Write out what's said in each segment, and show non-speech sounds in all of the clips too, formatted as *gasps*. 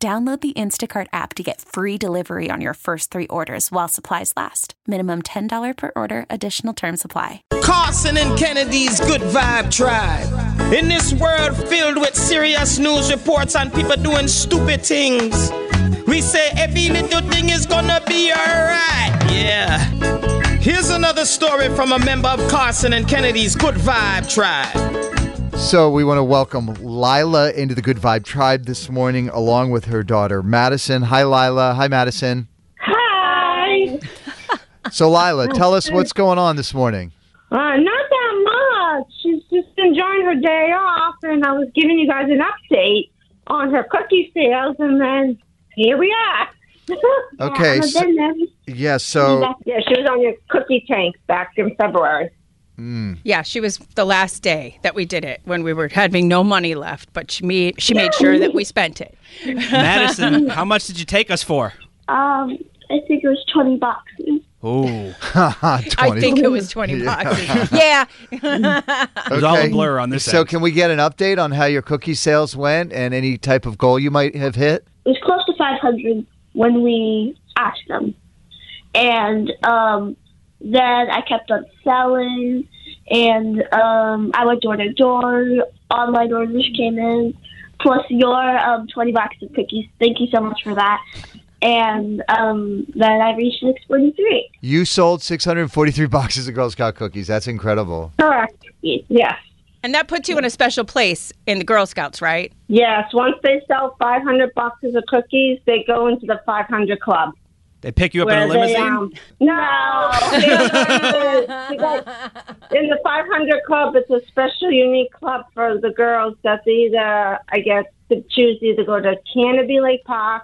Download the Instacart app to get free delivery on your first three orders while supplies last. Minimum $10 per order, additional term supply. Carson and Kennedy's Good Vibe Tribe. In this world filled with serious news reports and people doing stupid things, we say every little thing is gonna be alright. Yeah. Here's another story from a member of Carson and Kennedy's Good Vibe Tribe. So we want to welcome Lila into the Good Vibe Tribe this morning, along with her daughter Madison. Hi, Lila. Hi, Madison. Hi. So, *laughs* Lila, tell us what's going on this morning. Uh, not that much. She's just enjoying her day off, and I was giving you guys an update on her cookie sales, and then here we are. *laughs* Okay, Yeah, so- Oh. and then- Yeah. *laughs* So, yeah, she was on your cookie tank back in February. Yeah, she was the last day that we did it when we were having no money left, but she made, she made sure that we spent it. Madison, how much did you take us for? Um, I think it was 20 bucks. Ooh, I *laughs* 20. think it was 20 *laughs* bucks. yeah. was all a blur on this So, end. can we get an update on how your cookie sales went and any type of goal you might have hit? It was close to 500 when we asked them. And um, then I kept on selling, and um, I went door to door. Online orders came in, plus your um, 20 box of cookies. Thank you so much for that. And um, then I reached 643. You sold 643 *laughs* boxes of Girl Scout cookies. That's incredible. Correct. Yes. And that puts you in a special place in the Girl Scouts, right? Yes. Once they sell 500 boxes of cookies, they go into the 500 club. They pick you up in a Where they, limousine? um, no. They go in the- in the 500 club, it's a special, unique club for the girls that they either, I guess, to choose either go to Canopy Lake Park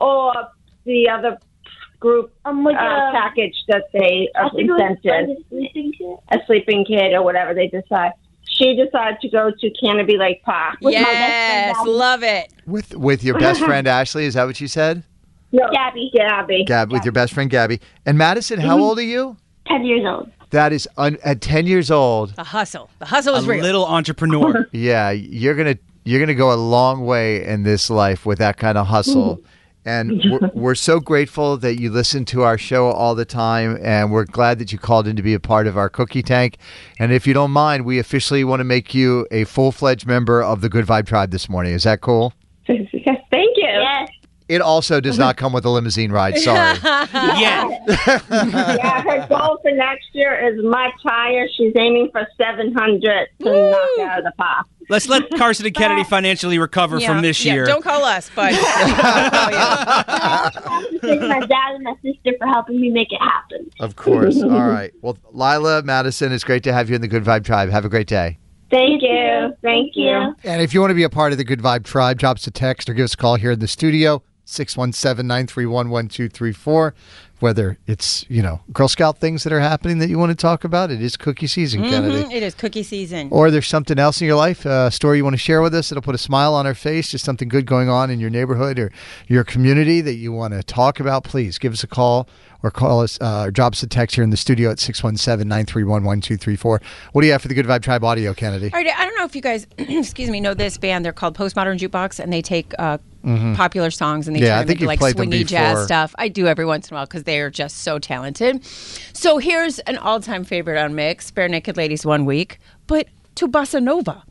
or the other group Um, like uh, package that they are I think it was incented, like a sleeping kit. a sleeping kid or whatever they decide. She decided to go to Canopy Lake Park. with my best friend, yes, love it. With with your *laughs* best friend Ashley, is that what you said? No, Gabby. Gabby. Gab, with your best friend Gabby and Madison. Mm-hmm. How old are you? 10 years old. That is un- at 10 years old. The hustle. The hustle A is real. little entrepreneur. Yeah, you're gonna you're gonna go a long way in this life with that kind of hustle. And we're, we're so grateful that you listen to our show all the time, and we're glad that you called in to be a part of our cookie tank. And if you don't mind, we officially want to make you a full fledged member of the Good Vibe Tribe this morning. Is that cool? Yes, Thank you. Yes. It also does not come with a limousine ride. *laughs* Sorry. yeah. Yeah, her goal for next year is much higher. She's aiming for 700 to knock out of the park. Let's let Carson *laughs* and Kennedy financially recover Yeah. from this Yeah, year. don't call us, *laughs* but *laughs* Oh, yeah. Thank my dad and my sister for helping me make it happen. of course. All right. Well, Lila Madison, it's great to have you in the Good Vibe Tribe. Have a great day. Thank you. Thank you. And if you want to be a part of the Good Vibe Tribe, drop us a text or give us a call here in the studio, 617 931 1234. Whether it's, you know, Girl Scout things that are happening that you want to talk about, it is cookie season, Kennedy. it is cookie season. Or there's something else in your life, uh, a story you want to share with us that'll put a smile on our face, just something good going on in your neighborhood or your community that you want to talk about, please give us a call or call us uh, or drop us a text here in the studio at 617 931 1234. What do you have for the Good Vibe Tribe audio, Kennedy? All right, I don't know if you guys, *clears throat* excuse me, know this band. They're called Postmodern Jukebox, and they take uh, popular songs and they Mm-hmm. Yeah, I turn them think into you've like played them swingy jazz before. stuff. I do every once in a while because they are just so talented. So here's an all-time favorite on Mix: Bare Naked Ladies, One Week, but to bossa nova.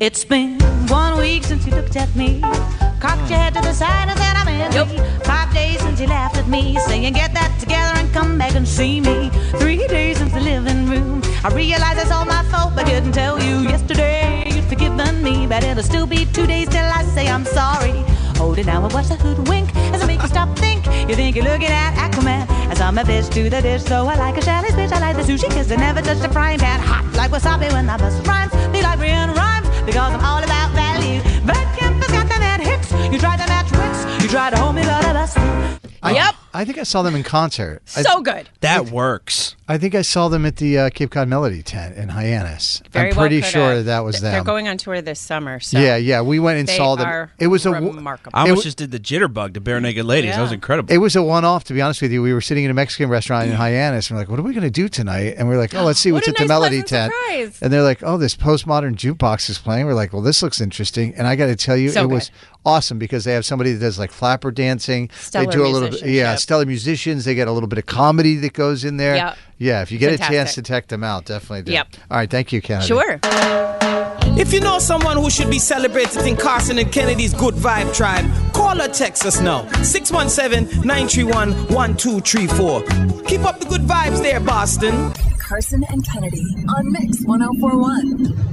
It's been one week since you looked at me. Cocked your head to the side and said, I'm in. Five days since you laughed at me, saying, Get that together and come back and see me. Three days since the living room. I realized it's all my fault, but couldn't tell you yesterday. You'd forgiven me, but it'll still be two days till I say I'm sorry. Hold it now and watch the hoodwink as I make you stop think. You think you're looking at Aquaman as I'm a fish to the dish. So I like a shallot's fish, I like the sushi kiss. I never touched a frying pan hot like wasabi when I bust rhymes. They like Brian rhymes because I'm all about value. But Kemp has got the mad hits. You tried to match wits, you tried to hold me, but I lost you. I, Yep. I think I saw them in concert. I- So good. That works. I, think I saw them at the uh, Cape Cod Melody tent in Hyannis. Very I'm pretty well put sure up. that was Th- them. They're going on tour this summer. So yeah, yeah. We went and They saw them. are it was a w- remarkable. I It almost w- just did the jitterbug to Bare Naked Ladies. That was Yeah. incredible. It was a one-off, to be honest with you. We were sitting in a Mexican restaurant in Hyannis, and we're like, "What are we going to do tonight?" And we're like, "Oh, let's see *gasps* What what's a at the nice Melody tent." pleasant surprise. And they're like, "Oh, this postmodern jukebox is playing." We're like, "Well, this looks interesting." And I got to tell you, So it good. was awesome because they have somebody that does like flapper dancing. Stellar they do a little, bit, yeah, musicianship. stellar musicians. They get a little bit of comedy that goes in there. Yep. Yeah, if you get a chance Fantastic. to check them out, definitely do. Yep. All right, thank you, Kennedy. sure. *laughs* If you know someone who should be celebrated in Carson and Kennedy's Good Vibe Tribe, call or text us now. 617 931 1234. Keep up the good vibes there, Boston. Carson and Kennedy on Mix 1041.